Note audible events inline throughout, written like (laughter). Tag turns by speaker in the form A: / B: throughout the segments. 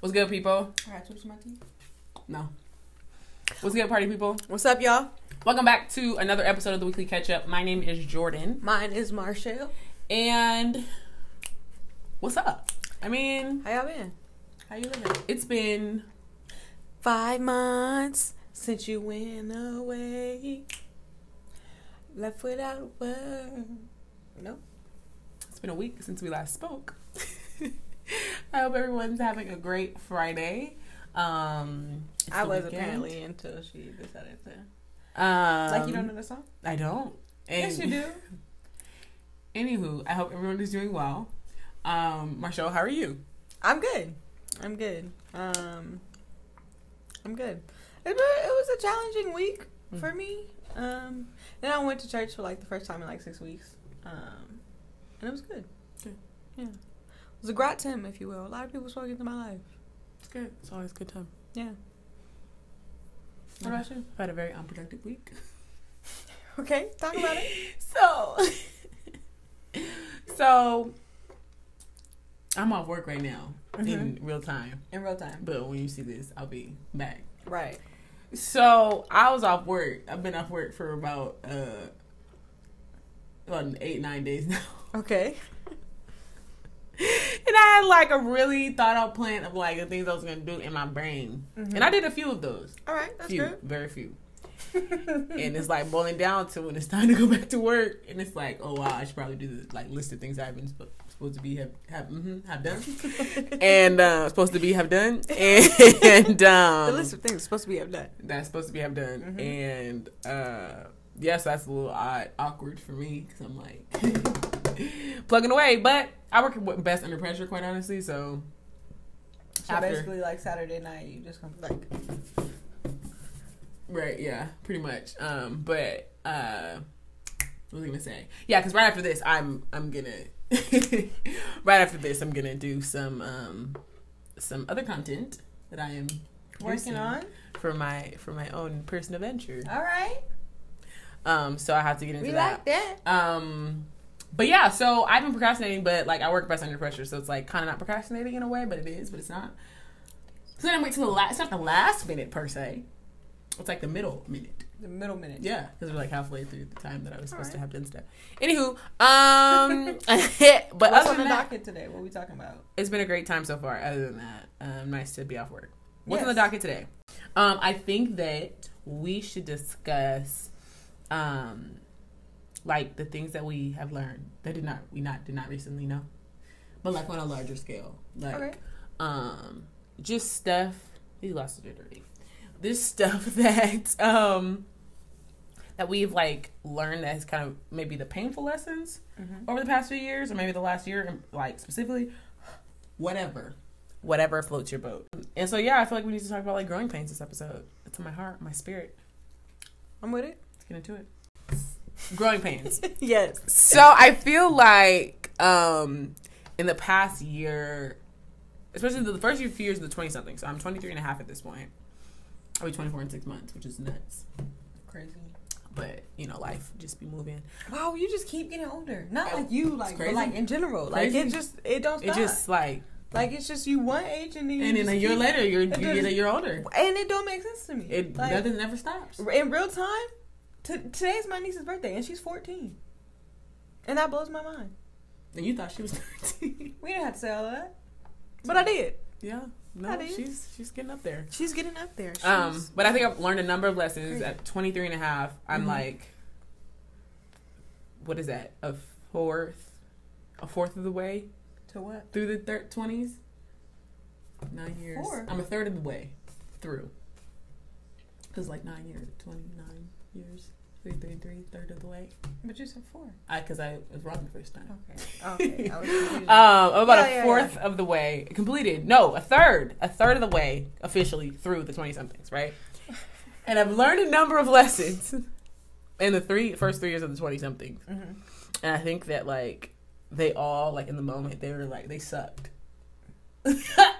A: What's good, people?
B: I got chips in my teeth.
A: No. What's good, party people?
B: What's up, y'all?
A: Welcome back to another episode of the Weekly Catch Up. My name is Jordan.
B: Mine is Marshall.
A: And what's up? I mean,
B: How y'all been?
A: how you living? It's been
B: Five months since you went away. Left without a word. Nope.
A: it's been a week since we last spoke. (laughs) I hope everyone's having a great Friday. Um it's
B: I
A: the
B: was
A: weekend.
B: apparently until she decided to.
A: um,
B: like, you don't know the song?
A: I don't.
B: yes, you do.
A: Anywho, I hope everyone is doing well. Um, Marshall, how are you?
B: I'm good. I'm good. Um, I'm good. It, wa- it was a challenging week for me. Um, then I went to church for like the first time in like six weeks. Um, and it was good.
A: Good.
B: Yeah. It was a grat time, if you will. A lot of people spoke into my life.
A: It's good. It's always a good time.
B: Yeah.
A: What about you? I've had a very unproductive week.
B: (laughs) Okay, talk about it.
A: So, (laughs) so I'm off work right now in real time.
B: In real time.
A: But when you see this, I'll be back.
B: Right.
A: So I was off work. I've been off work for about uh, about eight nine days (laughs) now.
B: Okay.
A: and I had like a really thought out plan of like the things I was gonna do in my brain, and I did a few of those.
B: Mm-hmm. All right, that's
A: few, very few.
B: (laughs)
A: and it's like boiling down to when it's time to go back to work, and it's like, oh wow, I should probably do this like list of things I've been sp- supposed to be have have hmm have done,
B: (laughs) good.
A: and uh, supposed to be have
B: (laughs)
A: done, and um,
B: the list of things supposed to be up done.
A: that's supposed to be have done,
B: Mhm.
A: and uh, yes, that's a little odd, awkward for me because I'm like (laughs) plugging away, but I work w- best under pressure, quite honestly, so.
B: So
A: After.
B: basically, like Saturday night, you just gonna like.
A: Right, yeah, pretty much. Um, but uh, what was I gonna say? Yeah, because right after this, I'm I'm gonna (laughs) right after this, I'm gonna do some um some other content that I am
B: Working
A: producing
B: on.
A: for my for my own personal venture.
B: All right.
A: Um, so I have to get into
B: We
A: that.
B: like that.
A: Um, but yeah, so I've been procrastinating, but like I work best under pressure, so it's like kind of not procrastinating in a way, but it is, but it's not. So then I wait to the last. It's not the last minute per se. It's like the middle minute.
B: The middle minute.
A: Yeah, because we're like halfway through the time that I was supposed to have
B: Alright.
A: done stuff. Anywho,
B: (laughs)
A: um, (laughs) but
B: What's
A: other
B: on the
A: than that,
B: docket today? What we talking about?
A: it's been a great time so far. Other than that, um, nice to be off work. What's on the
B: Yes.
A: docket today? Um, I think that we should discuss, um, like the things that we have learned that did not we not did not recently know, but like on a larger scale, like
B: Okay.
A: um, just stuff. These glasses are dirty. This stuff (laughs) that um that we've like learned that is kind of maybe the painful lessons
B: Mm-hmm.
A: over the past few years, or maybe the last year, like specifically, whatever, whatever floats your boat. And so, yeah, I feel like we need to talk about like growing pains this episode. It's in my heart, my spirit.
B: I'm with it.
A: Let's get into it. Growing pains.
B: Yes.
A: so I feel like um in the past year, especially the first few years of the twenty something. So I'm 23 and a half at this point. I'll be 24 in six months, which is nuts.
B: Crazy.
A: But you know, life just be moving.
B: Wow, you just keep getting older. Not like you, like, but
A: crazy.
B: like in general. Like
A: Crazy.
B: it just, it don't
A: It
B: stop.
A: just like,
B: like it's just you one age and then you
A: and then
B: just
A: a year
B: keep-
A: later, you're you
B: it
A: get a
B: just-
A: year older.
B: and it don't make sense to me.
A: It
B: like,
A: nothing never stops.
B: in real time. T- today's my niece's birthday and she's 14, and that blows my mind.
A: And you thought she was (laughs) 13.
B: We didn't have to say all that, but I did.
A: yeah.
B: I
A: No,
B: did.
A: she's she's getting up there.
B: She's getting up there. She's,
A: Um, but I think I've learned a number of lessons
B: Crazy.
A: at 23 and a half. I'm
B: Mhm.
A: like what is that? A fourth a fourth of the way
B: to what?
A: through the thir- 20s? 9 years.
B: Four.
A: I'm a third of the way through. Cuz like 9 years, 29 years. 333, third of the way.
B: But you said
A: (laughs)
B: four.
A: I cuz I was wrong the first time.
B: Okay. Okay. I was confused.
A: Um, I'm about
B: Oh, Yeah,
A: a
B: yeah,
A: fourth of the way completed. No, a third, a third of the way officially through the twenty somethings, right? And I've learned a number of (laughs) lessons in the three first three years of the twenty somethings,
B: Mhm.
A: and I think that like they all like in the moment they were like they sucked. the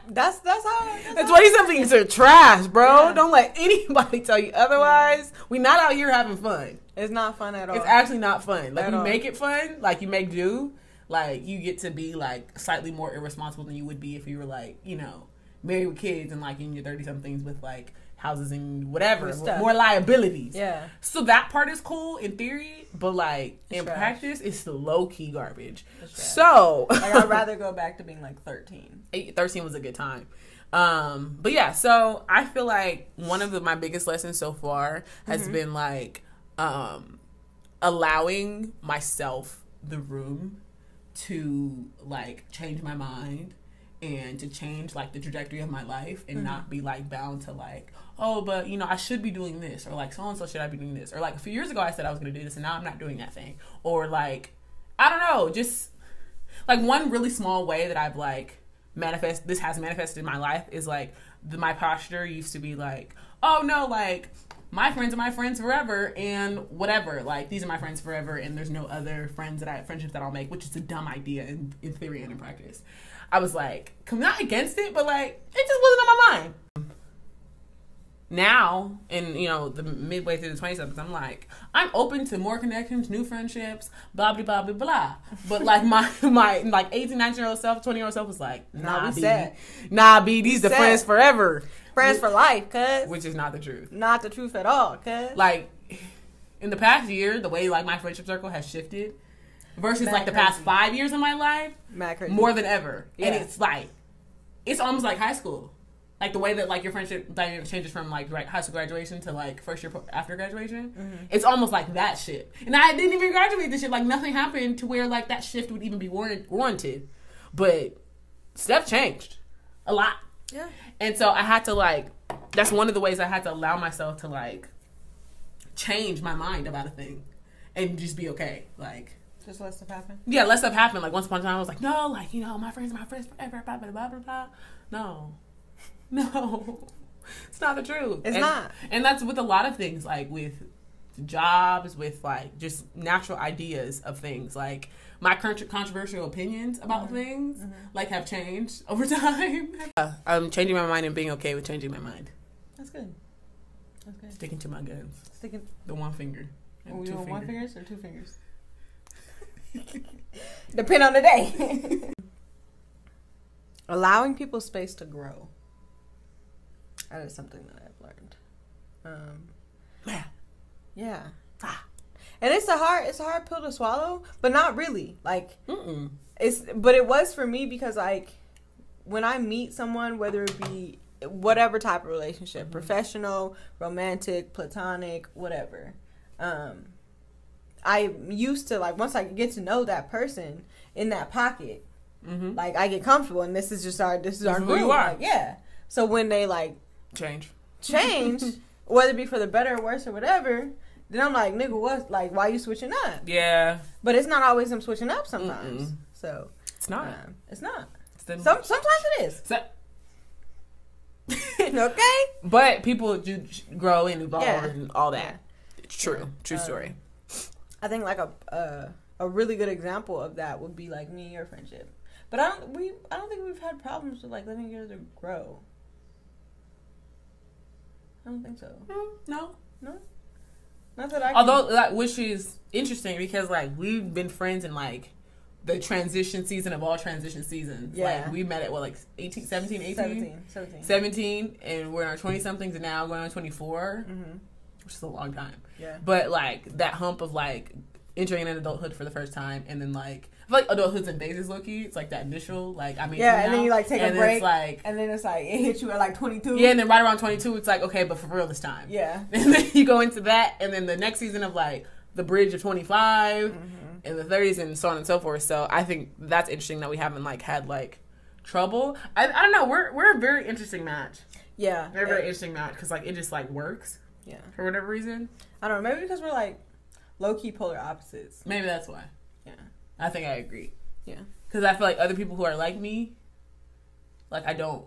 B: That's that's how. That's how-
A: twenty somethings are trash, bro.
B: Yeah.
A: Don't let (laughs) anybody tell you otherwise. we not out here having fun.
B: It's not fun at all.
A: It's actually not fun. Like
B: At
A: you
B: all.
A: make it fun, like you make do, like you get to be like slightly more irresponsible than you would be if you were like, you know, married with kids and like in your 30 somethings with like houses and whatever,
B: With stuff.
A: more liabilities.
B: Yeah.
A: So that part is cool in theory, but like
B: It's
A: in
B: trash.
A: practice, it's low key garbage.
B: It's trash.
A: So (laughs)
B: Like I'd rather go back to being like thirteen.
A: eight, 13 was a good time. Um, but yeah, so I feel like one of the, my biggest lessons so far has been like um, allowing myself the room to like change my mind and to change like the trajectory of my life and not be like bound to like oh but you know I should be doing this or like so and so should I be doing this or like a few years ago I said I was going to do this and now I'm not doing that thing or like I don't know just like one really small way that I've like manifest this has manifested in my life is like the, my posture used to be like oh no like my friends are my friends forever and whatever like these are my friends forever and there's no other friends that I friendships that I'll make which is a dumb idea in, in theory and in practice I was like I'm not against it but like it just wasn't on my mind now in you know the midway through the 20 somethings i'm like i'm open to more connections new friendships blah blah blah blah blah but like my (laughs) my like 18 19 year old self 20 year old self was like
B: Nah,
A: nah
B: we
A: b
B: set.
A: nah b these the
B: set.
A: friends forever
B: Friends for life, cuz.
A: which is not the truth
B: Not the truth at all, cuz.
A: like in the past year the way like my friendship circle has shifted versus
B: Mad
A: like the past
B: crazy.
A: five years of my life
B: Mad crazy.
A: more than ever. And
B: Yeah.
A: it's like it's almost like high school. Like the way that like your friendship dynamic changes from like gra- high school graduation to like first year po- after graduation, it's almost like that shit. And I didn't even graduate this shit. Like nothing happened to where like that shift would even be warrant- warranted. But stuff changed a lot,
B: Yeah.
A: and so I had to like. That's one of the ways I had to allow myself to like change my mind about a thing, and just be okay. Like
B: Just let stuff happen.
A: yeah, let stuff happen. Like once upon a time, I was like, no, like you know, my friends, are my friends forever, blah blah blah blah blah. No, (laughs) no, it's not the truth.
B: It's
A: And-
B: not.
A: and that's with a lot of things, like with jobs, with like just natural ideas of things, like. My contr- controversial opinions about things like have changed (laughs) over time. Mm-hmm. Uh, I'm changing my mind and being okay with changing my mind.
B: That's good. That's good.
A: Sticking to my guns,
B: Sticking.
A: the one finger, and
B: Are we
A: two
B: on one
A: finger.
B: fingers or two fingers? (laughs) Depend on the day. (laughs) Allowing people space to grow. That is something that I've learned. Um,
A: Yeah.
B: yeah.
A: Ah.
B: And it's a hard, it's a hard pill to swallow, but not really. Like
A: Mm-mm.
B: it's, but it was for me because like when I meet someone, whether it be whatever type of relationship,
A: Mm-hmm.
B: professional, romantic, platonic, whatever, um, I used to like once I get to know that person in that pocket,
A: Mm-hmm.
B: like I get comfortable, and this is just our this is our
A: is who
B: group.
A: you are.
B: Like, yeah. So when they like
A: (laughs) Change.
B: change, whether it be for the better or worse or whatever, then I'm like, nigga, what? Like, why you switching up?
A: Yeah,
B: But it's not always I'm switching up sometimes.
A: Mm-mm.
B: So
A: it's not.
B: um, it's not.
A: It's them-
B: Some sometimes it is. (laughs)
A: So-
B: okay.
A: but people do grow and evolve
B: Yeah.
A: and all
B: Yeah.
A: that. It's true. True
B: Um,
A: story.
B: I think like a uh, a really good example of that would be like me and your friendship. But I don't we I don't think we've had problems with like letting each other grow. I don't think so.
A: no.
B: Not that mm, I can,
A: Although, like, which is interesting because, like, we've been friends in, like, the transition season of all transition seasons.
B: Yeah.
A: Like, we met at, what, like, 18, 17, 18? 17.
B: 17, 17.
A: and we're in our 20 somethings and now going on 24,
B: Mm-hmm.
A: which is a long time.
B: Yeah.
A: But, like, that hump of, like, entering an adulthood for the first time and then, like, I feel like adulthood's in phases, Loki. It's like that initial, like, I mean,
B: Yeah, and then you, like, take a
A: and
B: break.
A: It's like,
B: And then it's like it hit you at like 22.
A: Yeah, and then right around 22, it's like, okay, but for real this time.
B: Yeah.
A: (laughs) And then you go into that, and then the next season of like the bridge of 25
B: Mhm.
A: and the 30s and so on and so forth. So I think that's interesting that we haven't like had like trouble. I, I don't know. We're, we're a very interesting match.
B: Yeah.
A: We're a very interesting match because like it just like works
B: Yeah.
A: for whatever reason.
B: I don't know. Maybe because we're like low key polar opposites.
A: Maybe that's why.
B: Yeah.
A: I think I agree.
B: Yeah.
A: Because I feel like other people who are like me, like I don't.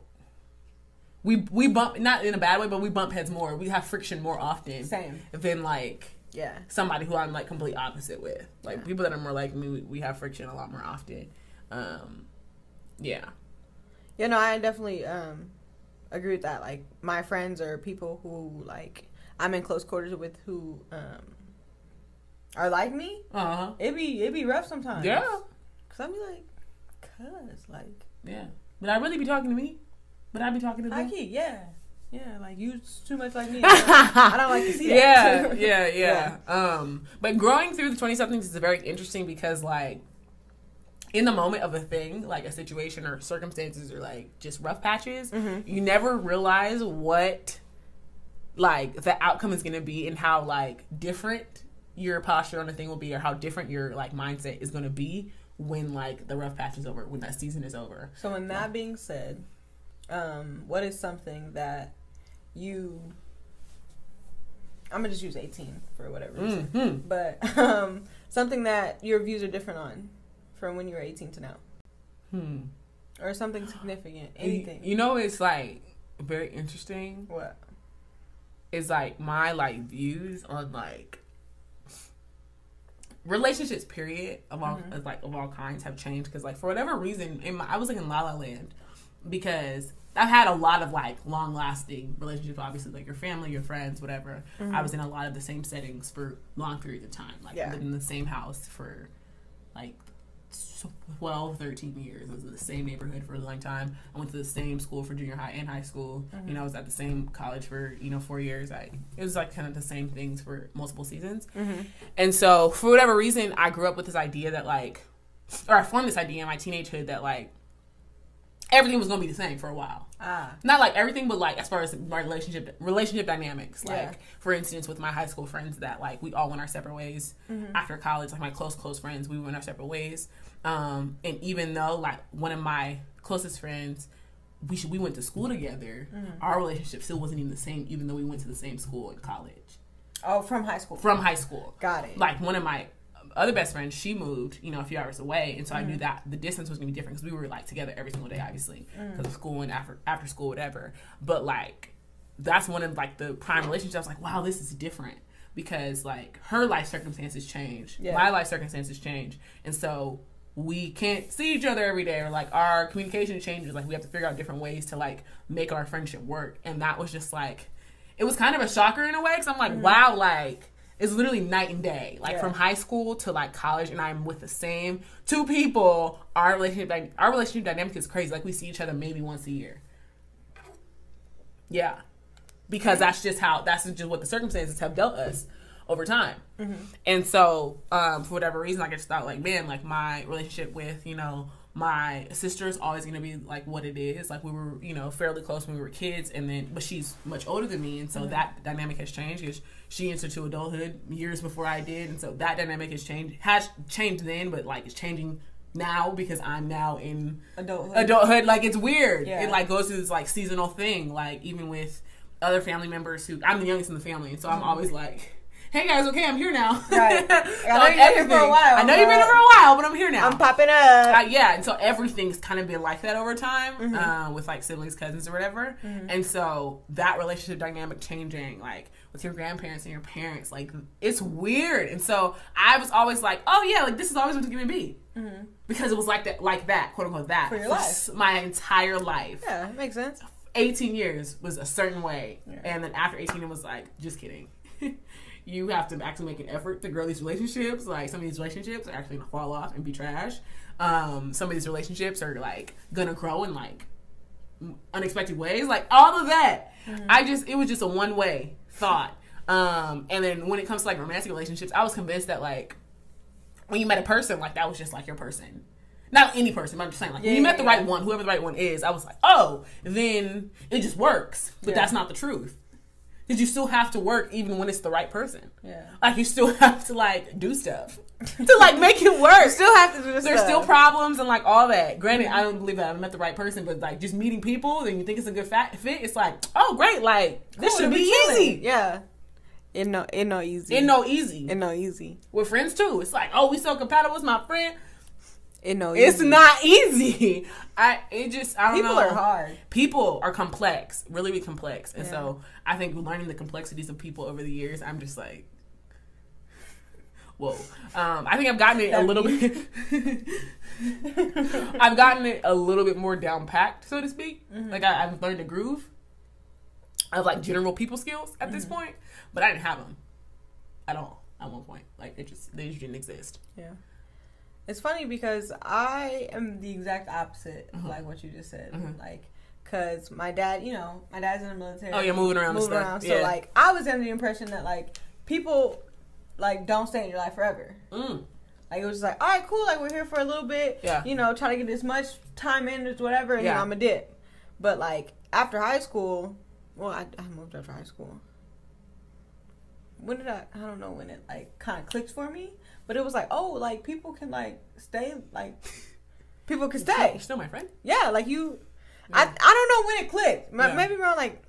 A: We, we bump not in a bad way, but we bump heads more. We have friction more often
B: Same.
A: than like
B: Yeah.
A: somebody who I'm like complete opposite with. Like
B: Yeah.
A: people that are more like me, we, we have friction a lot more often. Um, yeah,
B: Yeah, no, I definitely um agree with that. Like my friends or people who like I'm in close quarters with who um are like me,
A: uh huh,
B: it be it be rough sometimes.
A: yeah,
B: Cause I'm be like, cuz like
A: yeah. But I really be talking to me. But I be talking to them.
B: Like, yeah. Yeah, like you too much
A: (laughs)
B: like me. Mm-hmm. I don't like to see
A: yeah,
B: that. (laughs)
A: yeah, yeah, Um, but growing through the twenty somethings is very interesting because like in the moment of a thing, like a situation or circumstances or like just rough patches,
B: Mhm.
A: you never realize what like the outcome is gonna be and how like different your posture on a thing will be or how different your like mindset is gonna be when like the rough patch is over, when that season is over.
B: So, when that being said, um, what is something that you? I'm gonna just use 18 for whatever reason,
A: Mhm.
B: but (laughs) um, something that your views are different on from when you were 18 to now,
A: Hmm. (gasps)
B: or something significant,
A: You-
B: anything.
A: You, know, it's like very interesting.
B: what?
A: Is like my like views on like relationships. Period of all
B: Mhm.
A: of, like of all kinds have changed because like for whatever reason, in my, I was like in La La Land because I've had a lot of like long lasting relationships. Obviously, like your family, your friends, whatever. I was in a lot of the same settings for long periods of time. Like
B: Mm-hmm. Yeah.
A: I lived in the same house for like 12, 13 years. I was in the same neighborhood for a long time. I went to the same school for junior high and high school.
B: Mm-hmm.
A: You know, I was at the same college for, you know, four years. I it was like kind of the same things for multiple seasons.
B: Mm-hmm.
A: And so, for whatever reason, I grew up with this idea that like, or I formed this idea in my teenagehood that like, everything was gonna be the same for a while.
B: Ah,
A: Not like everything, but like as far as my relationship relationship dynamics. Like
B: Yeah.
A: for instance, with my high school friends, that like we all went our separate ways after college. Like my close close friends, we went our separate ways. Um, and even though like one of my closest friends, we should, we went to school together, our relationship still wasn't even the same, even though we went to the same school in college
B: oh, from high school.
A: from high school
B: Got it.
A: like one of my other best friends, she moved, you know, a few hours away, and so I knew that the distance was gonna be different because we were like together every single day, obviously, because of school and after after school, whatever. But like, that's one of like the prime relationships. I was like, wow, this is different because like her life circumstances change,
B: Yeah.
A: my life circumstances change, and so we can't see each other every day, or like our communication changes. Like we have to figure out different ways to like make our friendship work, and that was just like it was kind of a shocker in a way because I'm like, wow, like it's literally night and day, like
B: Mm-hmm. Yeah.
A: from high school to like college, and I'm with the same two people. Our relationship, dy- our relationship dynamic is crazy. Like we see each other maybe once a year. Yeah, because that's just how that's just what the circumstances have dealt us over time. And so, um, for whatever reason, like I just thought, like, man, like my relationship with you know my sister is always gonna be like what it is. Like we were, you know, fairly close when we were kids, and then but she's much older than me, and so that dynamic has changed because she entered to adulthood years before I did, and so that dynamic has changed has changed then, but like it's changing now because I'm now in
B: adulthood.
A: adulthood like it's weird
B: Yeah.
A: it like goes through this like seasonal thing like even with other family members who i'm the youngest in the family and so i'm always like hey guys okay i'm here now
B: Mm-hmm.
A: (laughs)
B: Right. I
A: So,
B: know you've been here for a
A: everything-
B: while,
A: i know you've been here
B: but-
A: for a while but i'm here now
B: I'm popping up.
A: uh, yeah, and so everything's kind of been like that over time
B: Mm-hmm.
A: uh, with like siblings, cousins, or whatever. And so that relationship dynamic changing, like with your grandparents and your parents, like it's weird. And so I was always like, oh yeah, like this is always what it's gonna be because it was like that, like that, quote unquote, that
B: Mm-hmm. For your
A: s- my entire life.
B: Yeah, that makes sense.
A: 18 years was a certain way.
B: Yeah.
A: And then after 18, it was like, just kidding. (laughs) you have to actually make an effort to grow these relationships. Like, some of these relationships are actually going to fall off and be trash. Um, some of these relationships are like going to grow in like m- unexpected ways. Like, all of that.
B: Mm-hmm.
A: I just, it was just a one way thought. Um, and then when it comes to like romantic relationships, I was convinced that like when you met a person, like that was just like your person. Not any person, but I'm just saying, like, when you
B: Yeah,
A: met the
B: yeah,
A: right one, whoever the right one is, I was like, oh, then it just works. But
B: Yeah.
A: that's not the truth. Because you still have to work even when it's the right person.
B: Yeah.
A: Like, you still (laughs) have to, like, do stuff to, like, make it work.
B: Still have to do this.
A: There's
B: stuff.
A: still problems and, like, all that. Granted, I don't believe that I met the right person, but, like, just meeting people and you think it's a good fa- fit, it's like, oh, great. Like, this
B: Cool,
A: should
B: it'll
A: be
B: chilling.
A: easy.
B: Yeah. It no it no easy.
A: It no easy.
B: it no easy.
A: With friends, too. It's like, oh, we so compatible. It's my friend.
B: It no easy.
A: It's not easy. I it just I don't
B: People
A: know.
B: are hard.
A: People are complex, really, really complex, and
B: Yeah.
A: so I think learning the complexities of people over the years, I'm just like, whoa. Um, I think I've gotten it a
B: That
A: little bit. (laughs)
B: (laughs)
A: I've gotten it a little bit more down packed, so to speak.
B: Mm-hmm.
A: Like I, I've learned a groove of like general people skills at
B: Mm-hmm.
A: this point, but I didn't have them at all at one point. Like it just they just didn't exist.
B: Yeah.
A: Mm-hmm.
B: It's funny because I am the exact opposite of like what you just said. Like because my dad, you know, my dad's in the military.
A: Oh, you're moving around and
B: Moving
A: stuff.
B: around. So
A: Yeah.
B: like, I was under the impression that like people like don't stay in your life forever.
A: Mm.
B: Like it was just like, all right, cool. Like we're here for a little bit.
A: Yeah.
B: You know, try to get as much time in as whatever, and
A: Yeah.
B: then I'm a dip. But like after high school, well, I, I moved after high school. When did I? I don't know when it like kind of clicked for me, but it was like, oh, like people can like stay, like people can
A: (laughs)
B: stay.
A: You're still my friend.
B: Yeah, like you. I
A: Yeah.
B: I don't know when it clicked. M-
A: Yeah.
B: Maybe around like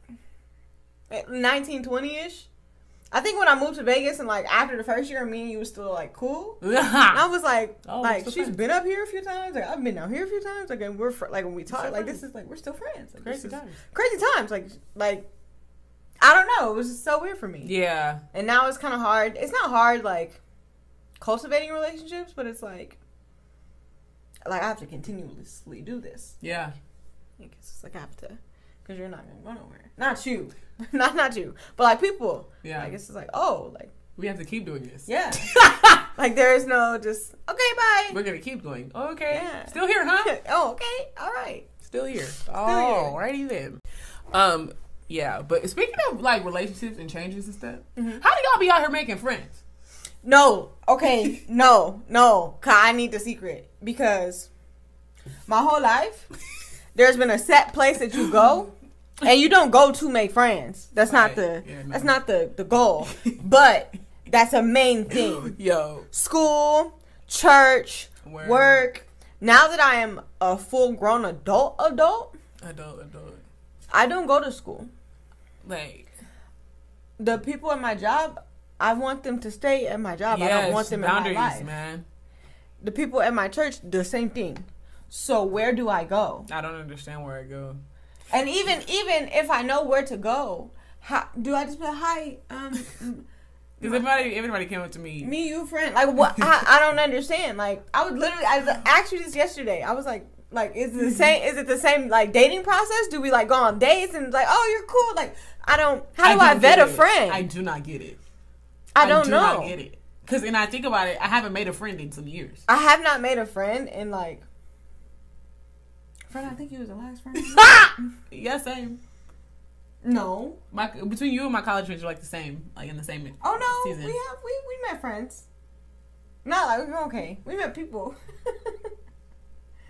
B: nineteen twenty ish. I think when I moved to Vegas and like after the first year, me and you was still like cool. And I was like,
A: Oh,
B: like
A: still
B: she's
A: friends.
B: been up here a few times. Like I've been down here a few times. Like and we're fr- like when we talk,
A: still
B: like
A: friends.
B: this is like we're still friends. Like, this
A: Crazy
B: is-
A: times.
B: crazy times. Like like I don't know. It was just so weird for me.
A: Yeah.
B: And now it's kind of hard. It's not hard like cultivating relationships, but it's like like I have to continuously do this.
A: Yeah.
B: Like it's just like I have to, because you're not gonna go nowhere. (laughs) Not you, not not you, but like people.
A: Yeah.
B: Like it's just like oh, like
A: we have to keep doing this.
B: yeah, (laughs) like there is no just okay, bye.
A: We're gonna keep going. Okay.
B: Yeah.
A: Still here,
B: (laughs)
A: huh?
B: oh, okay, all right.
A: Still here.
B: here.
A: Oh, righty then. Um, yeah. But speaking of like relationships and changes and stuff, how do y'all be out here making friends?
B: Mm-hmm. No,
A: (laughs)
B: okay, no, no. Cause I need the secret because my whole life there's been a set place that you go, and you don't go to make friends. That's not the
A: Right, yeah, no.
B: that's not the the goal, but that's a main
A: (clears throat)
B: thing.
A: (laughs) Yo.
B: School, church,
A: Work.
B: work. Now that I am a full grown adult, adult,
A: Adult, adult.
B: I don't go to school.
A: Like.
B: The people at my job, I want them to stay at my job. I
A: Yes,
B: don't want them
A: boundaries,
B: in my life.
A: man.
B: the people at my church the same thing so where do i go
A: I don't understand where I go.
B: and even even if i know where to go how, do i just be like hi um (laughs)
A: Because everybody, everybody came up to me.
B: me you friend like what I, I don't understand like i would literally i was- asked you this yesterday i was like like is it the same is it the same like dating process do we like go on dates and like oh you're cool like i don't how do i,
A: don't
B: vet
A: get
B: a
A: it.
B: friend
A: I
B: i,
A: do not get it.
B: don't
A: do
B: know
A: Not get it. Because and I think about it, I haven't made a friend in some years.
B: i have not made a friend in like friend i think you was the last friend
A: yeah, same.
B: (laughs) no
A: My between you and my college friends, you're like the same, like in the same.
B: Oh no,
A: season.
B: we have we, we met friends. Not like we were okay. We met people. (laughs)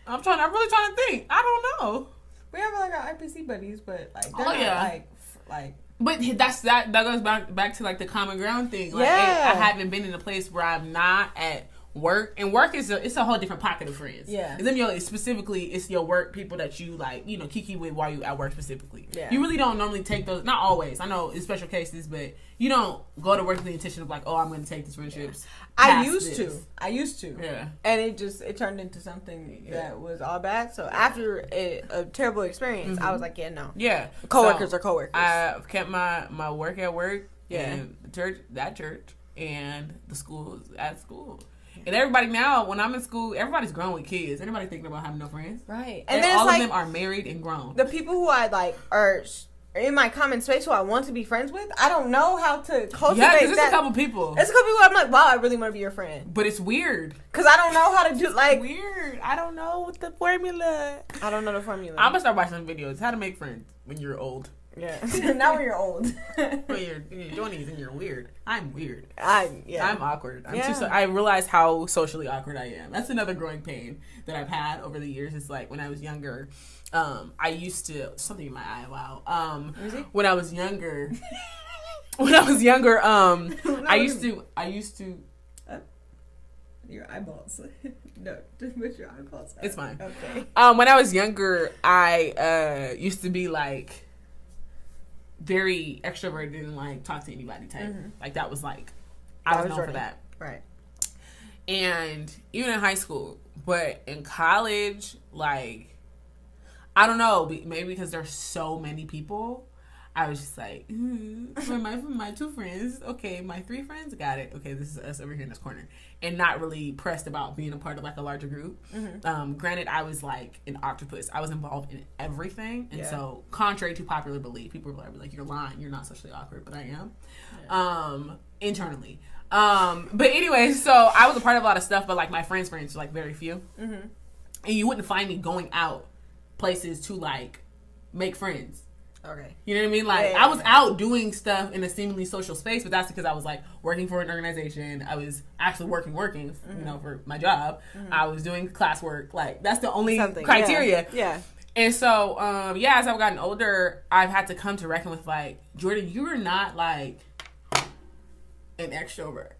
A: I'm trying. I'm really trying to think. I don't know.
B: we have like our IPC buddies, but like
A: Oh,
B: they're not,
A: yeah.
B: like f- like
A: But that's that. That goes back back to like the common ground thing. Like
B: Yeah.
A: I haven't been in a place where I'm not at work, and work is a, it's a whole different pocket of friends.
B: Yeah.
A: and then your specifically it's your work people that you like you know kiki with while you at work specifically.
B: Yeah.
A: you really don't normally take those. Not always. I know in special cases, but you don't go to work with the intention of like, oh, I'm going to take these friendships.
B: I
A: past
B: used
A: this.
B: to. I used to.
A: Yeah,
B: And it just it turned into something
A: Yeah.
B: that was all bad. So after a, a terrible experience, I was like, yeah, no.
A: yeah.
B: Coworkers
A: Mm-hmm. So-
B: are coworkers.
A: I've kept my my work at work,
B: Yeah.
A: and the church that church, and the schools at school, and everybody now when I'm in school, everybody's grown with kids. Everybody thinking about having no friends,
B: right.
A: and,
B: And, then
A: all
B: it's like
A: of them are married and grown.
B: the people who I like are s- in my common space who I want to be friends with. I don't know how to cultivate
A: yeah, because it's a
B: that.
A: couple people,
B: it's a couple people I'm like, wow, I really want to be your friend.
A: but it's weird.
B: Because I don't know how to do, like,
A: Weird. I don't know what the formula.
B: I don't know the formula.
A: I'm gonna start watching some videos how to make friends when you're old.
B: (laughs) Yeah. (laughs) now when you're (laughs) old.
A: When you're in your twenties and you're weird. I'm weird.
B: I yeah.
A: I'm awkward. I'm
B: Yeah.
A: too so- I realize how socially awkward I am. That's another growing pain that I've had over the years. It's like when I was younger, um, I used to something in my eye. Wow. Um,
B: Music?
A: when I was
B: (laughs)
A: younger, when I was younger, um, I used to, I used to.
B: your eyeballs. (laughs) no, just put your eyeballs.
A: It's fine.
B: Okay.
A: Um, when I was younger, I uh, used to be like very extroverted and like talk to anybody type. Like that was like I
B: Mm-hmm. That
A: was
B: was
A: known for
B: Jordan.
A: that.
B: Right.
A: and even in high school, but in college, like I don't know, be- maybe because there's so many people, I was just like, mm, for my for my two friends, okay, my three friends got it. Okay, this is us over here in this corner, and not really pressed about being a part of like a larger group. Um, granted, I was like an octopus. I was involved in everything, and
B: Yeah.
A: so contrary to popular belief, people were like, "You're lying. You're not socially awkward," but I am um internally um but anyway so i was a part of a lot of stuff but like my friends friends were like very few and you wouldn't find me going out places to like make friends.
B: Okay.
A: You know what I mean? Like
B: Yeah, yeah,
A: I was
B: yeah.
A: out doing stuff in a seemingly social space, but that's because I was like working for an organization. I was actually working, working,
B: Mm-hmm.
A: you know, for my job. I was doing classwork. Like that's the only
B: Something.
A: criteria.
B: Yeah.
A: And so, um, yeah, as I've gotten older, I've had to come to reckon with like, Jordan, you are not like an extrovert.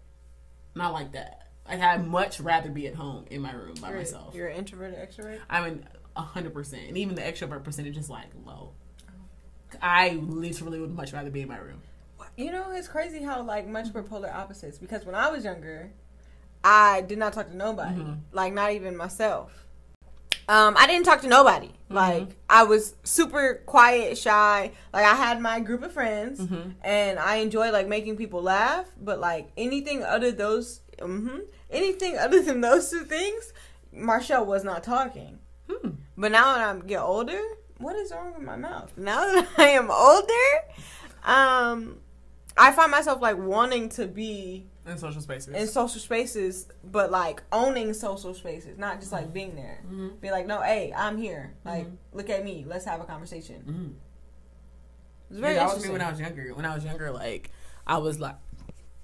A: Not like that. Like I'd much rather be at home in my room by
B: yeah. You're,
A: myself.
B: you're an introvert or extrovert?
A: I'm an hundred percent, and even the extrovert percentage is like low. I literally would much rather be in my room.
B: You know, it's crazy how like much we're polar opposites. Because when I was younger, I did not talk to nobody, like not even myself. Um, I didn't talk to nobody. Like I was super quiet, shy. Like I had my group of friends, and I enjoy like making people laugh. But like anything other those, hmm anything other than those two things, Marshall was not talking.
A: Hmm.
B: But now that I get older, what is wrong with my mouth? Now that (laughs) I am older, um, I find myself like wanting to be
A: In social spaces.
B: in social spaces, but like owning social spaces, not just like being there.
A: Mm-hmm.
B: Be like, no, hey, I'm here. Like, look at me. Let's have a conversation.
A: Mhm.
B: It's very
A: yeah, that was me
B: interesting.
A: when I was younger. When I was younger, like I was like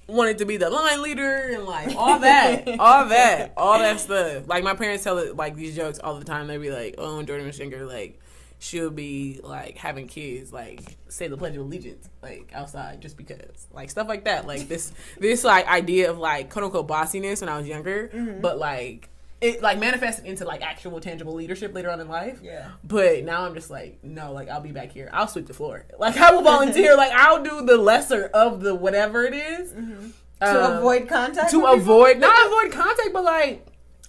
A: wanted to be the line leader and like all
B: (laughs)
A: that, all that, all that stuff. Like my parents tell it like these jokes all the time. They'd be like, "Oh, when Jordan was younger, like she'll be like having kids, like say the Pledge of Allegiance, like outside, just because, like stuff like that. Like
B: (laughs)
A: this, this like idea of like quote unquote bossiness when I was younger,
B: Mm-hmm.
A: but like it like manifested into like actual tangible leadership later on in life.
B: yeah.
A: But now I'm just like, no, like I'll be back here. I'll sweep the floor. Like I will volunteer. like I'll do the lesser of the whatever it is.
B: Mm-hmm. To
A: Um,
B: avoid contact.
A: to
B: with people?
A: avoid not avoid contact, but like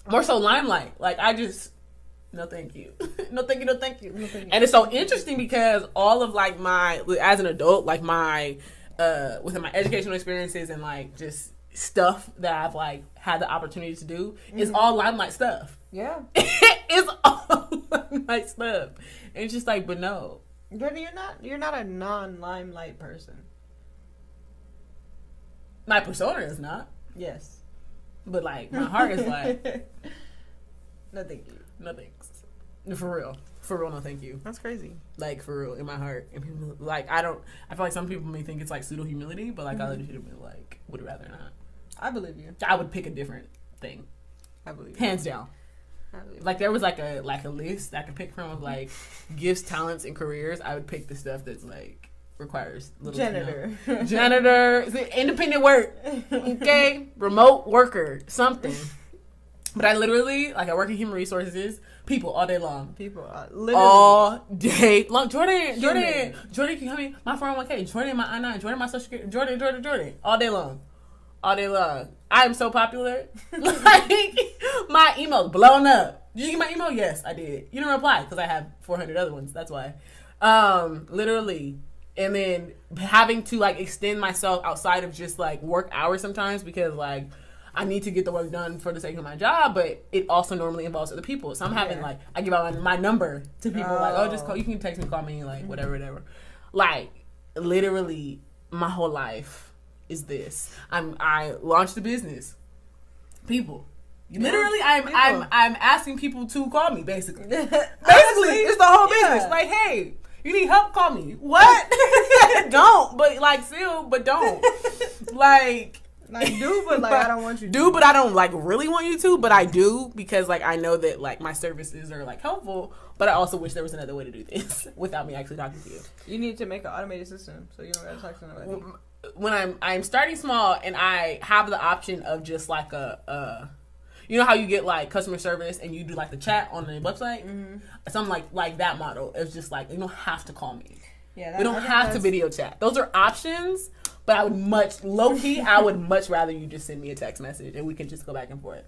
A: more so limelight. Like I just no thank you, (laughs) no thank you, no thank you.
B: No, thank you.
A: And it's so interesting because all of like my as an adult, like my uh within my educational experiences and like just stuff that I've like had the opportunity to do
B: Mm-hmm.
A: is all limelight stuff.
B: Yeah.
A: (laughs) it's all (laughs) my stuff. And it's just like, but no.
B: Jordan, you're not you're not a non limelight person.
A: My persona is not.
B: Yes.
A: But like my heart
B: (laughs)
A: is like,
B: no, thank you.
A: no thanks. For real. For real, no thank you.
B: That's crazy.
A: Like for real, in my heart. And people like I don't I feel like some people may think it's like pseudo humility, but like I legitimately like would rather not.
B: I believe you.
A: I would pick a different thing.
B: I believe you.
A: Hands down.
B: I believe
A: Like there was like a like a list I could pick from of like gifts, talents, and careers. I would pick the stuff that's like requires
B: you.
A: little to no-
B: Janitor. (laughs)
A: janitor, is it independent work, okay, remote worker, something. But I literally, like, I work in human resources, people all day long.
B: People are literally.
A: All day long. Jordan, Jordan,
B: Human.
A: Jordan can come in. My 401k, Jordan, my I 9, Jordan, my social security, Jordan, Jordan, Jordan. All day long. All day long. I am so (laughs) popular. like, my email's blown up. Did you get my email? Yes, I did. You didn't reply because I have 400 other ones. That's why. Um, literally. And then having to like extend myself outside of just like work hours sometimes because like I need to get the work done for the sake of my job, but it also normally involves other people. So I'm having
B: Yeah.
A: like I give out my, my number to people like, oh, just
B: Oh.
A: call. You can text me, call me, like whatever, whatever. Like literally, my whole life is this. I'm I launched a business. People, literally, I'm
B: people.
A: I'm I'm asking people to call me basically. (laughs) Basically,
B: (laughs) Basically,
A: it's the whole
B: yeah.
A: business. Like, hey, you need help? Call me.
B: (laughs)
A: What? (laughs) don't, but like, still, but don't. like,
B: like do, but like I don't want you to.
A: (laughs) do, but I don't like really want you to, but I do because like I know that like my services are like helpful, but I also wish there was another way to do this (laughs) without me actually talking to you.
B: You need to make an automated system so you don't gotta talk to nobody.
A: When I'm I'm starting small and I have the option of just like a uh you know how you get like customer service and you do like the chat on the website, something like like that model. It's just like you don't have to call me.
B: Yeah,
A: We don't have to video chat. Those are options, but I would much low key. I would (laughs) much rather you just send me a text message and we can just go back and forth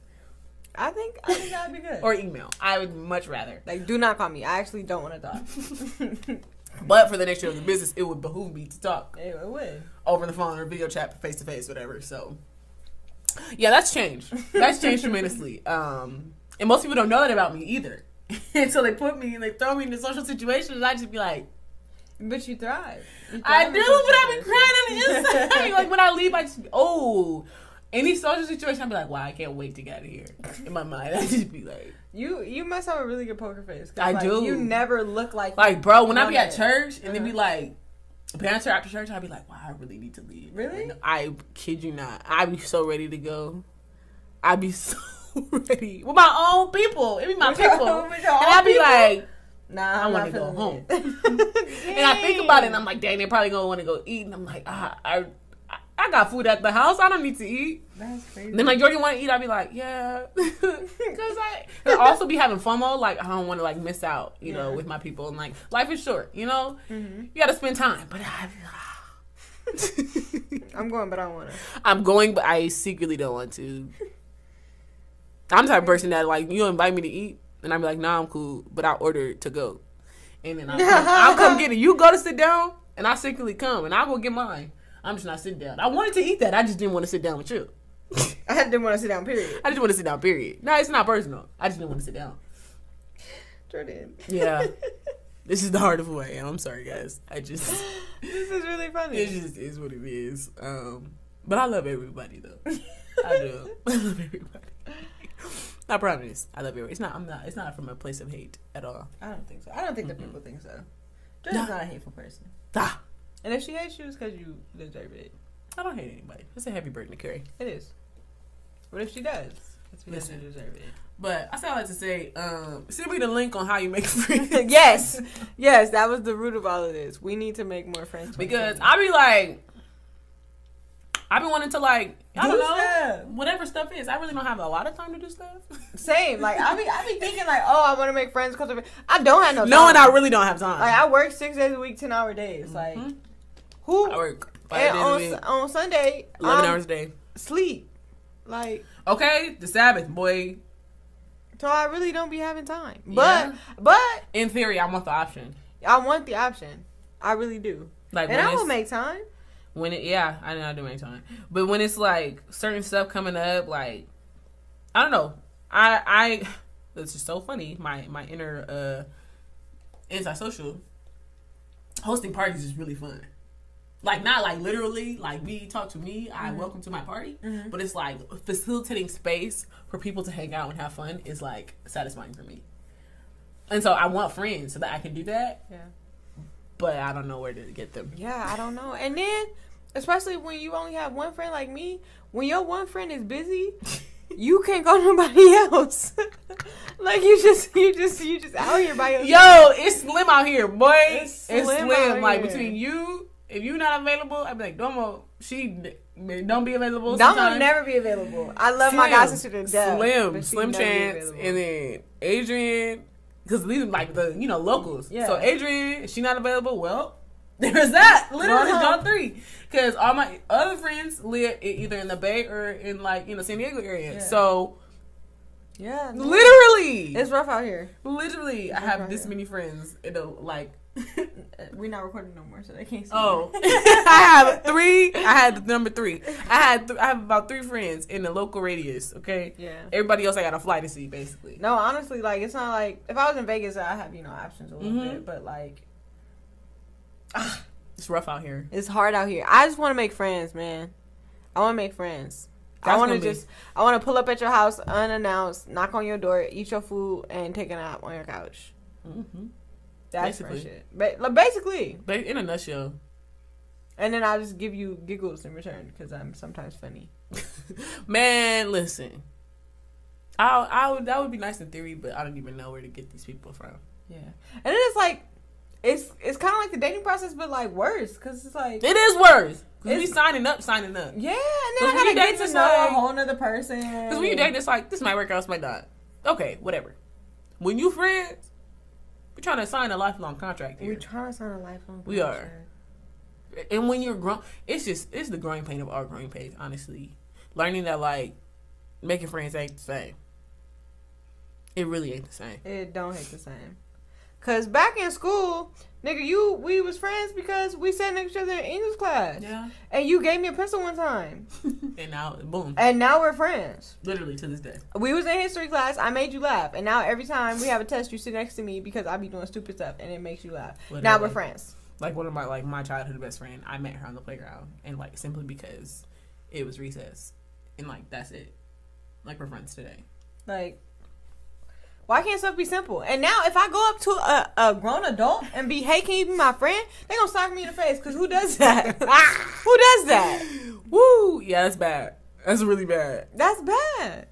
B: I think I think that'd be good.
A: or email. I would much rather.
B: like, do not call me. I actually don't want to (laughs) talk.
A: But for the nature of the business, it would behoove me to talk
B: it, it would.
A: over the phone or video chat, face to face, whatever. So, yeah, that's changed. That's changed (laughs) tremendously. Um, and most people don't know that about me either. (laughs) and so they put me and they throw me into social situations, and I just be like,
B: But you thrive. You
A: I
B: thrive
A: do,
B: in
A: but I've been
B: situations.
A: crying on the inside. like when I leave, I just oh, any social situation, I'd be like, wow, I can't wait to get out of here. In my mind, (laughs) I'd just be like,
B: You you must have a really good poker face. 'cause,
A: I
B: like,
A: do.
B: You never look like
A: like, bro, when I be
B: Love
A: at
B: it.
A: church and then be
B: Uh-huh.
A: like, banter after church, I'd be like, wow, I really need to leave.
B: Really?
A: I kid you not. I'd be so ready to go. I'd be (laughs) so ready. With my own people. It'd be my
B: With your
A: people.
B: own-
A: And
B: with your own
A: I'd be
B: people?
A: like,
B: Nah,
A: I
B: I'm
A: wanna
B: not feeling
A: go home.
B: (laughs)
A: (laughs)
B: it.
A: and I think about it and I'm like, dang, they probably gonna wanna go eat. And I'm like, ah, I, I, I got food at the house. I don't need to eat.
B: That's crazy.
A: And then like Jordan want to eat, I'd be like, yeah, (laughs) because I and also be having FOMO. Like I don't want to like miss out, you know,
B: Yeah.
A: with my people. And like life is short, you know,
B: Mhm.
A: you got to spend time. But I,
B: I'm going, but I don't wanna.
A: (laughs) I'm going, but I secretly don't want to. I'm the type of person that like you invite me to eat, and I'm like, nah, I'm cool, but I order to go, and then I'll come, I'll come get it. You go to sit down, and I secretly come, and I will get mine. I'm just not sitting down. I wanted to eat that, I just didn't want to sit down with you.
B: I didn't want to sit down. Period.
A: I just want to sit down. Period. No, it's not personal. I just didn't want to sit down.
B: Jordan.
A: Yeah. This is the heart of who I am. I'm sorry, guys. I just
B: (laughs) (laughs) this is really funny.
A: it just is what it is. Um, but I love everybody though. I do. (laughs) I love everybody. I promise. I love everybody. It's not. I'm not. It's not from a place of hate at all.
B: I don't think so. I don't think that
A: Mm-mm.
B: people think so. Jordan's
A: Nah.
B: not a hateful person.
A: Ah,
B: And if she hates you, it's because you deserve it.
A: I don't hate anybody. It's a heavy burden to carry.
B: It is. But if she does, it's because you deserve it.
A: But I still like to say, um, send me the link on how you make (laughs) friends.
B: (laughs) yes, (laughs) yes, that was the root of all of this. We need to make more friends
A: because I be like, I be wanting to like, I don't
B: Do
A: know,
B: stuff.
A: whatever stuff is. I really don't have a lot of time to do stuff.
B: Same. Like I be, I be thinking like, oh, I want to make friends because of it. I don't have no.
A: No, and
B: time.
A: I really don't have time.
B: like I Mm-hmm. work six days a week, ten hour days. Like
A: Mhm.
B: who?
A: I work five
B: and
A: days a
B: on,
A: week,
B: Su- on Sunday,
A: 11
B: I'm
A: hours a day.
B: sleep. Like
A: Okay, the Sabbath, boy.
B: so, I really don't be having time. But
A: Yeah.
B: but
A: In theory, I want the option.
B: I want the option. I really do,
A: Like
B: and
A: when
B: I will
A: it's,
B: make time.
A: when it, yeah, I know I do make time, but when it's like certain stuff coming up, like I don't know, I I (sighs) it's just so funny. My my inner uh antisocial hosting parties is really fun. Like not like literally, like we talk to me,
B: Mm-hmm.
A: I welcome to my party, but it's like facilitating space for people to hang out and have fun is like satisfying for me. And so I want friends so that I can do that,
B: Yeah.
A: but I don't know where to get them.
B: Yeah, I don't know. And then, especially when you only have one friend like me, when your one friend is
A: (laughs)
B: busy, you can't go (laughs) nobody else. (laughs) like you just, you just, you just out here by yourself.
A: Yo, it's slim out here, boy.
B: It's
A: It's slim.
B: slim out
A: Like
B: here.
A: between you, if you're not available, I'd be like, Domo, she n- don't be available.
B: Dom will
A: sometimes.
B: never be available. I love my god sister to death.
A: Slim,
B: but she
A: slim
B: never be
A: chance,
B: available.
A: and then Adrian, because these are like the you know locals.
B: Yeah.
A: So Adrian, she not available. Well, (laughs) there's that. Literally,
B: Well,
A: y'all three. Because all my other friends live i- either in the Bay or in like you know San Diego area.
B: Yeah.
A: So
B: yeah, no.
A: literally,
B: it's rough out here.
A: literally, I
B: Right
A: have this
B: here.
A: many friends. You know,
B: (laughs)
A: like.
B: Uh, (laughs) We're not recording no more, so they can't see.
A: Oh,
B: (laughs) me.
A: (laughs) I have three. I had number three. I had th- I have about three friends in the local radius. Okay,
B: (laughs) yeah.
A: everybody else I got to fly to see basically.
B: No, honestly, like it's not like if I was in Vegas, I have you know options a little
A: Mhm.
B: bit, but like
A: (sighs) It's rough out here.
B: It's hard out here. I just want to make friends, man. I want to make friends. I
A: That's
B: want to
A: gonna be-
B: just, I want to pull up at your house unannounced, knock on your door, eat your food, and take a nap on your couch.
A: Mm-hmm.
B: That's
A: Basically.
B: basically. Ba- like, basically.
A: But in a nutshell, (laughs)
B: And then I'll just give you giggles in return because I'm sometimes funny.
A: man, listen. I I would that would be nice in theory, but I don't even know where to get these people from.
B: Yeah. And then it's like, it's it's kind of like the dating process, but like worse because it's like,
A: It is worse. Cause we
B: It's-
A: signing up, signing up.
B: yeah. And
A: when
B: then I
A: you date,
B: gotta get to
A: it's
B: know
A: like-
B: a whole nother person.
A: Because when you dating, it's like this might work out, this might not. Okay, whatever. When you friends, we're trying to sign a lifelong contract
B: we're
A: here.
B: trying to sign a lifelong.
A: We are.
B: contract.
A: and when you're grown, it's just it's the growing pain of our growing pains. Honestly, learning that like making friends ain't the same. It really ain't the same.
B: It don't hit the same. Cause back in school, nigga, you we was friends because we sat next to each other in English class.
A: Yeah.
B: And you gave me a pencil one time.
A: and now boom,
B: And now we're friends.
A: literally to this day.
B: We was in history class, I made you laugh. And now every time we have a test, you sit next to me because I be doing stupid stuff and it makes you laugh. Now
A: Literally.
B: we're friends.
A: Like one of my like my childhood best friend, I met her on the playground, and like simply because it was recess, and like that's it. Like we're friends today.
B: Like, why can't stuff be simple? And now, if I go up to a, a grown adult and be, hey, can you be my friend? They gonna sock me in the face because who does that? (laughs) who does that?
A: Woo! Yeah, that's bad. That's really bad. (laughs)
B: That's bad.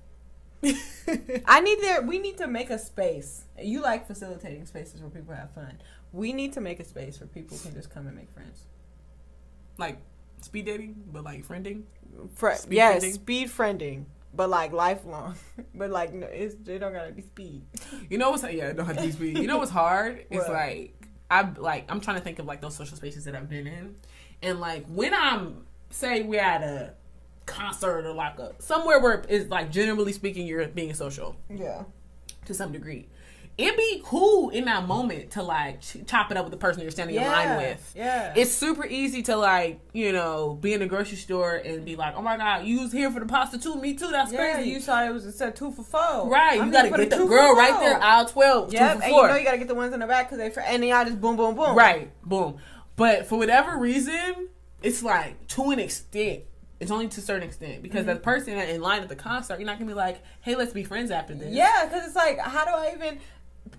B: I need there. We need to make a space. You like facilitating spaces where people have fun. We need to make a space where people can just come and make friends.
A: like speed dating, but like friending.
B: Fri
A: Speed
B: yes,
A: friending?
B: speed friending, but like lifelong. (laughs) but like, no, it's, it don't gotta be speed.
A: You know what's yeah, don't have to be speed. You know
B: (laughs)
A: what's hard? It's
B: What?
A: like I like I'm trying to think of like those social spaces that I've been in, and like when I'm say we're at a concert or like a somewhere where it's like generally speaking you're being social
B: Yeah.
A: to some degree. It'd be cool in that moment to like ch- chop it up with the person you're standing in line with.
B: Yeah.
A: It's super easy to like, you know, be in a grocery store and be like, "Oh my god, you was here for the pasta too? Me too. That's
B: yeah,
A: crazy."
B: you saw it was it said two for four.
A: Right,
B: I'm
A: you
B: here
A: gotta
B: for
A: get the
B: two for
A: girl right
B: four.
A: there, aisle twelve,
B: Yep,
A: two for
B: and
A: four.
B: you know you gotta get the ones in the back because they fr- and then y'all just boom, boom, boom.
A: right, boom. But for whatever reason, it's like to an extent. It's only to a certain extent because
B: Mm-hmm.
A: the person that in line at the concert, you're not gonna be like, "Hey, let's be friends after this."
B: Yeah, because it's like, how do I even?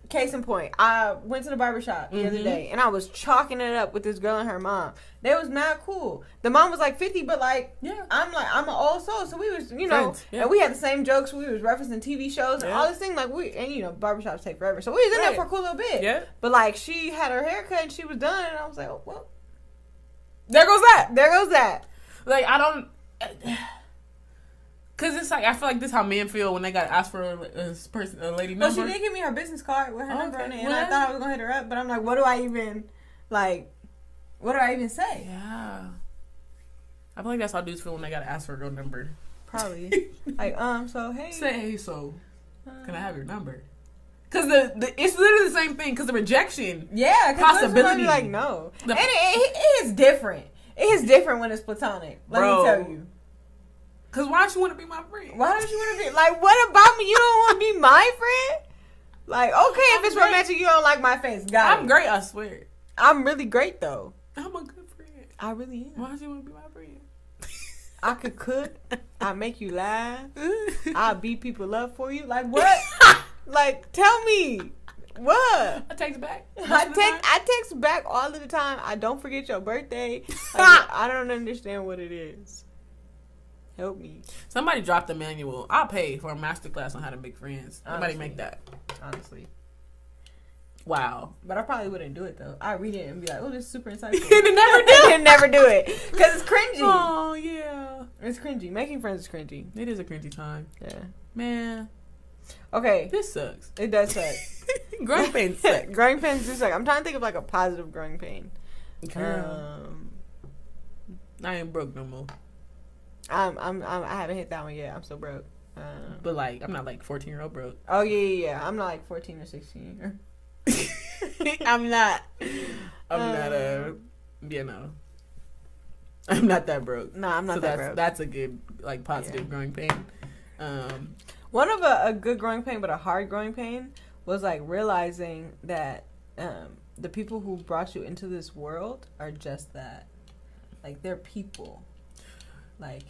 B: Case in point, I went to the barber shop the other
A: Mhm.
B: day and I was chalking it up with this girl and her mom. They was not cool. The mom was like fifty, but like
A: yeah.
B: I'm like I'm an old soul, so we was you know,
A: Friends, yeah.
B: and we had the same jokes. We was referencing TV shows and
A: Yeah.
B: all this thing. Like we and you know, barbershops take forever, so we was in
A: Right.
B: there for a cool little bit.
A: Yeah.
B: But like she had her hair cut and she was done, and I was like, oh, well,
A: There goes that.
B: there goes that.
A: Like I don't, (sighs) cause it's like I feel like this how men feel when they got asked for a, a person, a lady
B: Well,
A: number.
B: Oh, she did give me her business card with her
A: Oh,
B: number on it,
A: okay.
B: and
A: Well,
B: I thought I was gonna hit her up, but I'm like, what do I even like? What do I even say?
A: yeah. I feel like that's how dudes feel when they got asked for a girl number.
B: Probably. (laughs) like, um, so hey.
A: Say, hey, so
B: um,
A: can I have your number? Cause the, the it's literally the same thing. Cause the rejection.
B: Yeah, because
A: Possibility.
B: possibility. Like, no.
A: The-
B: and it, it, it is different. It is different when it's platonic. Let
A: Bro.
B: me tell you.
A: Cause why don't you want to be my friend?
B: Why don't you want to be like? What about me? You don't want to be my friend? Like, okay,
A: I'm
B: if it's
A: great.
B: romantic, you don't like my face. Got
A: I'm
B: it.
A: great. I swear.
B: I'm really great though.
A: I'm a good friend.
B: I really am.
A: Why don't you want to be my friend? (laughs)
B: I could cook. I make you laugh. I beat people up for you. Like what? like tell me what?
A: I text back.
B: I
A: Most of the
B: text
A: time.
B: I text back all of the time. I don't forget your birthday. Like, I don't understand what it is. Help me,
A: Somebody dropped the manual. I'll pay for a masterclass on how to make friends. Somebody
B: Honestly.
A: make that.
B: honestly.
A: Wow.
B: But I probably wouldn't do it though. I read it and be like, "Oh, this is (laughs) super
A: you never
B: insightful."
A: do.
B: (laughs) I never do it because it's cringy.
A: Oh yeah.
B: It's cringy. Making friends is cringy.
A: It is a cringy time.
B: Yeah.
A: Man,
B: Okay.
A: this (laughs) sucks.
B: It does (laughs) suck.
A: Growing pains suck.
B: growing pains do suck. I'm trying to think of like a positive growing pain.
A: Girl,
B: Um,
A: I ain't broke no more.
B: I'm, I'm, I'm, I haven't hit that one yet. I'm still broke. Um,
A: But like, I'm not like 14 year old broke.
B: oh yeah, yeah, yeah. I'm not like 14 or (laughs) 16.
A: (laughs) I'm not. I'm not a. You know. I'm not that broke.
B: No, I'm not
A: so
B: that
A: that's
B: broke.
A: that's a good like positive growing pain. Um,
B: One of a, a good growing pain, but a hard growing pain, was like realizing that um, the people who brought you into this world are just that. Like they're people. Like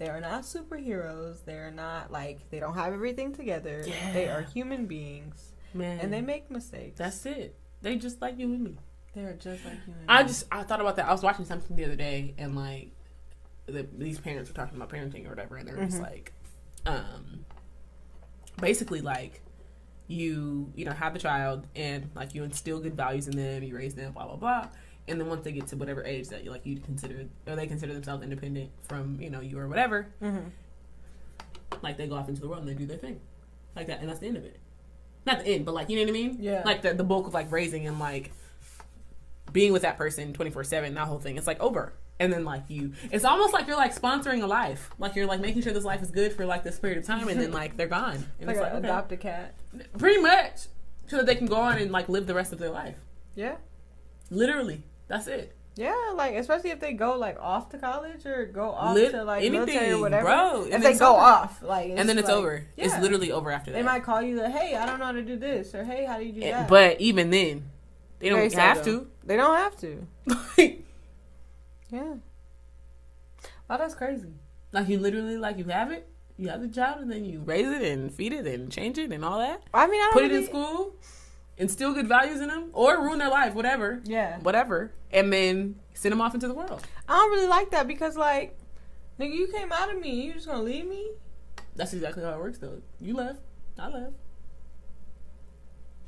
B: they are not superheroes. They are not like they don't have everything together. They
A: Yeah.
B: are human beings,
A: man,
B: and they make mistakes.
A: that's it. They just like you and me.
B: they are just like human.
A: I
B: beings.
A: just I thought about that. I was watching something the other day, and like the, these parents were talking about parenting or whatever, and they're just
B: Mhm.
A: like, um, basically like you you know have the child and like you instill good values in them, you raise them, blah blah blah, and then once they get to whatever age that you like you consider or they consider themselves independent from you know you or whatever,
B: Mhm.
A: like they go off into the world and they do their thing, like that, and that's the end of it. Not the end, but like you know what I mean?
B: Yeah.
A: Like the the bulk of like raising and like being with that person twenty four seven, that whole thing. It's like over. And then like you, it's almost like you're like sponsoring a life. Like you're like making sure this life is good for like this period of time, and then like they're gone.
B: (laughs)
A: And
B: like,
A: it's
B: a-
A: like okay.
B: adopt a cat.
A: pretty much so that they can go on and like live the rest of their life.
B: Yeah.
A: Literally, that's it.
B: Yeah, like especially if they go like off to college or go off
A: Lit-
B: to like
A: anything,
B: military or whatever.
A: bro.
B: If
A: And
B: they
A: it's
B: go
A: over.
B: off, like
A: And then it's
B: like-
A: over. It's
B: yeah.
A: literally over after that.
B: They might call you like, "Hey, I don't know how to do this," or "Hey, how do you do
A: And-
B: that?"
A: But even then, they don't
B: Very sad,
A: have
B: though.
A: to. (laughs)
B: they don't have to.
A: Like,
B: Yeah. Oh, that's crazy.
A: Like you literally like you have it, you have the child, and then you raise it and feed it and change it and all that.
B: I mean, I don't
A: Put it in
B: really-
A: school, instill good values in them, or ruin their life, whatever,
B: Yeah,
A: whatever, and then send them off into the world.
B: I don't really like that because like, nigga, you came out of me. You just gonna leave me?
A: That's exactly how it works, though. You left, I left. (laughs)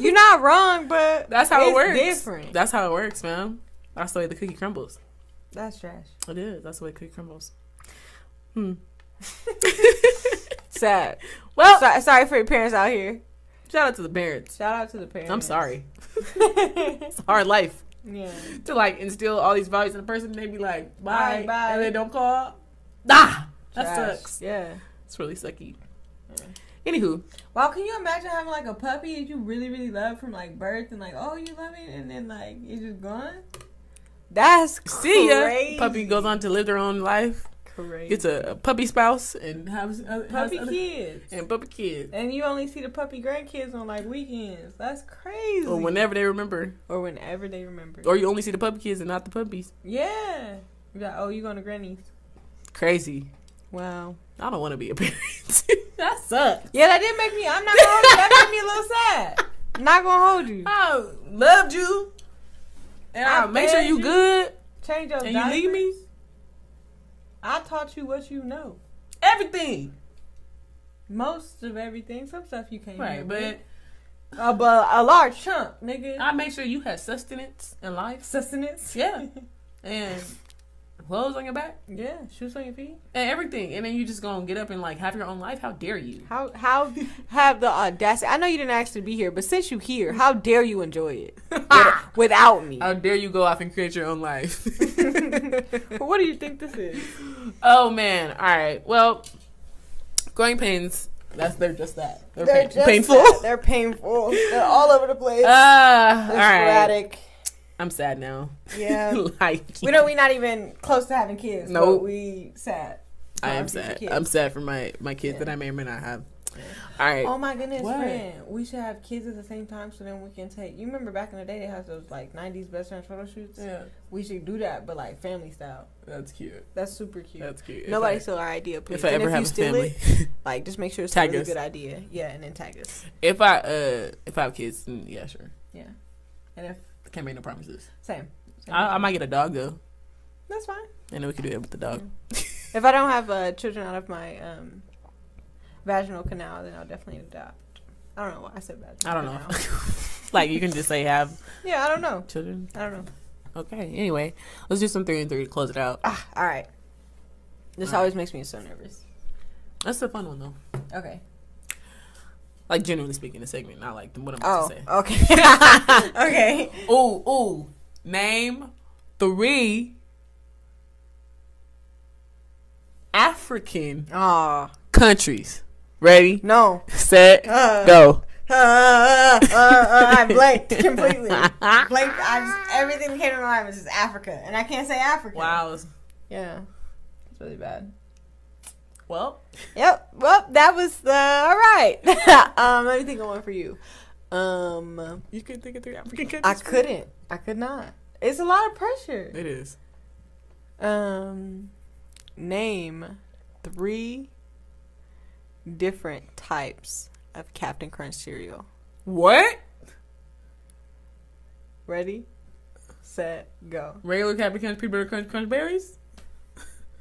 B: You're not wrong, but
A: That's how
B: it's
A: it works.
B: Different.
A: That's how it works, man. That's the way the cookie crumbles.
B: That's trash.
A: It is. That's the way the cookie crumbles. Hmm.
B: (laughs) Sad.
A: Well,
B: So- sorry for your parents out here.
A: shout out to the parents.
B: Shout out to the parents.
A: I'm sorry. It's a hard life
B: (laughs) yeah.
A: to like instill all these values in a person. They be like, bye,
B: Bye, bye.
A: and they don't call. Nah, that
B: Trash.
A: sucks.
B: Yeah.
A: It's really sucky.
B: Yeah.
A: Anywho,
B: Wow, can you imagine having like a puppy that you really, really love from like birth and like, oh, you love it, and then like it's just gone? That's
A: see ya. Puppy goes on to live their own life,
B: crazy.
A: gets a, a puppy spouse, and has other, has
B: puppy
A: other-
B: kids,
A: and puppy kids,
B: and you only see the puppy grandkids on like weekends. That's crazy.
A: or whenever they remember,
B: or whenever they remember.
A: or you only see the puppy kids and not the puppies.
B: yeah, you got oh, you going to granny's?
A: Crazy.
B: Wow.
A: I don't want to be a parent. (laughs) that sucks.
B: Yeah, that did make me. I'm not gonna hold you. That made me a little sad.
A: (laughs)
B: Not gonna hold you.
A: I loved you, and
B: I
A: I will make sure
B: fed
A: you
B: you.
A: good,
B: Change your
A: and you leave me.
B: diapers. I taught you what you know.
A: Everything.
B: Most of everything. Some stuff you can't.
A: Right,
B: remember.
A: but
B: Uh, but a large chunk, nigga.
A: I made sure you had sustenance and life.
B: Sustenance.
A: Yeah. And clothes on your back
B: (laughs) Yeah. Shoes on your feet.
A: and everything. And then you just gonna get up and like have your own life. How dare you?
B: How how have the audacity? I know you didn't actually be here, but since you here, how dare you enjoy (laughs) it with- without me?
A: How dare you go off and create your own life?
B: (laughs) what do you think this is?
A: (laughs) oh man. All right. Well, growing pains. That's they're just that. They're, pain- painful.
B: They're painful. They're all over the place.
A: Ah, all
B: They're
A: right.
B: sporadic.
A: I'm sad now.
B: Yeah.
A: (laughs) like
B: We know we're not even close to having kids. No,
A: Nope.
B: but we sad.
A: I am
B: for your
A: sad.
B: kids.
A: I'm sad for my my kids
B: Yeah.
A: that I may or may not have. All right.
B: Oh my goodness,
A: What?
B: friend. We should have kids at the same time, so then we can take. You remember back in the day they had those like '90s best friend photo shoots.
A: yeah,
B: We should do that, but like family style.
A: that's cute.
B: That's super cute.
A: That's cute. If
B: Nobody
A: I-
B: stole our idea, please.
A: If I
B: and
A: ever
B: if
A: have
B: you
A: a
B: steal
A: family,
B: it, like just make sure it's
A: Tag
B: a really
A: us.
B: good idea. Yeah, and then tag us.
A: (laughs) if I uh if I have kids, mm, yeah, sure.
B: Yeah, and if
A: Can't make no promises.
B: same. same
A: I, I might get a dog though,
B: That's fine.
A: and then we could do it with the dog.
B: If I don't have uh, children out of my um, vaginal canal, then I'll definitely adopt. I don't know why I said vaginal.
A: I don't know. (laughs)
B: canal.
A: like you can just say have
B: yeah, I don't know.
A: children.
B: I don't know.
A: Okay. Anyway, let's do some three and three to close it out.
B: Ah, all right. This
A: All
B: always makes me so nervous.
A: That's the fun one though.
B: Okay.
A: Like genuinely speaking, the segment, not like what I'm about
B: Oh,
A: to say.
B: okay. (laughs) okay.
A: Ooh, ooh. Name three African
B: Oh,
A: countries. Ready,
B: no.
A: set,
B: Uh,
A: go.
B: Uh, uh, uh, uh, I (laughs) blanked completely. Blanked. I just, everything that came to my mind was just Africa, and I can't say Africa.
A: Wow.
B: Yeah. It's really bad.
A: Well,
B: Yep. Well, that was uh, all right. (laughs) um, let me think of one for you. Um,
A: you can think of three African countries.
B: I couldn't. I could not. It's a lot of pressure.
A: It is.
B: Um, name three different types of Captain Crunch cereal.
A: What?
B: Ready, set, go.
A: Regular Captain Crunch, peanut butter crunch, crunch berries?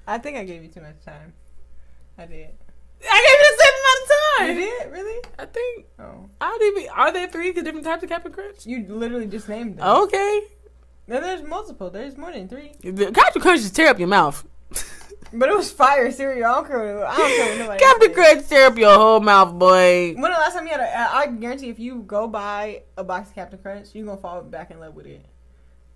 B: I think I gave you too much time. I did.
A: I
B: You
A: gave you the same amount of time.
B: did really?
A: I think.
B: Oh,
A: I don't even. Are there three different types of Captain Crunch?
B: you literally just named them.
A: Okay.
B: no, there's multiple. There's more than three.
A: The Captain Crunch just tear up your mouth.
B: But it was fire cereal. I don't care. What, I don't care what nobody.
A: Captain
B: said.
A: Crunch tear up your whole mouth, boy.
B: When the last time you had a, I I guarantee if you go buy a box of Captain Crunch, you're gonna fall back in love with it.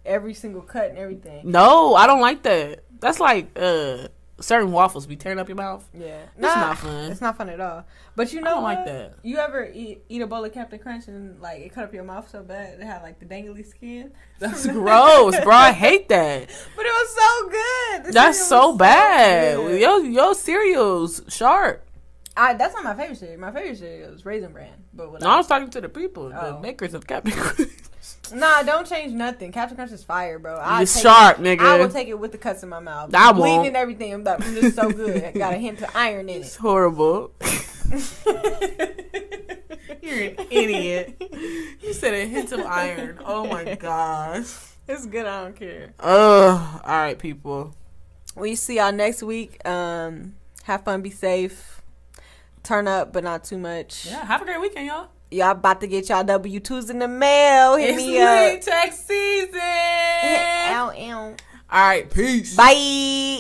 B: Every single cut and everything.
A: No, I don't like that. That's like uh certain waffles be tearing up your mouth.
B: Yeah,
A: It's not fun.
B: It's not fun at all. But you
A: Mm-hmm. I
B: know,
A: don't like
B: what?
A: that.
B: You ever eat, eat a bowl of Captain Crunch and like it cut up your mouth so bad it had like the dangly skin? (laughs)
A: That's gross, bro. I hate (laughs) that.
B: But it was so good. The
A: That's
B: cereal was
A: so bad.
B: good.
A: Yo, yo, cereals sharp.
B: I, that's not my favorite cereal. My favorite cereal is Raisin Bran. But what
A: No, I was talking to the people, the
B: Oh.
A: makers of Captain Crunch.
B: Nah, don't change nothing. Captain Crunch is fire, bro. I
A: It's
B: take
A: sharp,
B: it-
A: nigga.
B: I will take it with the cuts in my mouth.
A: I
B: Bleeding
A: won't.
B: and everything. I'm, like, I'm just so good. I got a hint of iron
A: (laughs)
B: in
A: It's
B: it. (laughs)
A: horrible. You're an (laughs) idiot. You said a hint of iron. Oh (laughs) my gosh.
B: It's good. I don't care.
A: Ugh. All right, people.
B: We see y'all next week. Um, have fun. Be safe. Turn up, but not too much.
A: Yeah, have a great weekend, y'all.
B: Y'all about to get y'all W twos in the mail. Hit
A: It's
B: me up.
A: lead tax season.
B: Ow, ow.
A: All right, peace.
B: Bye.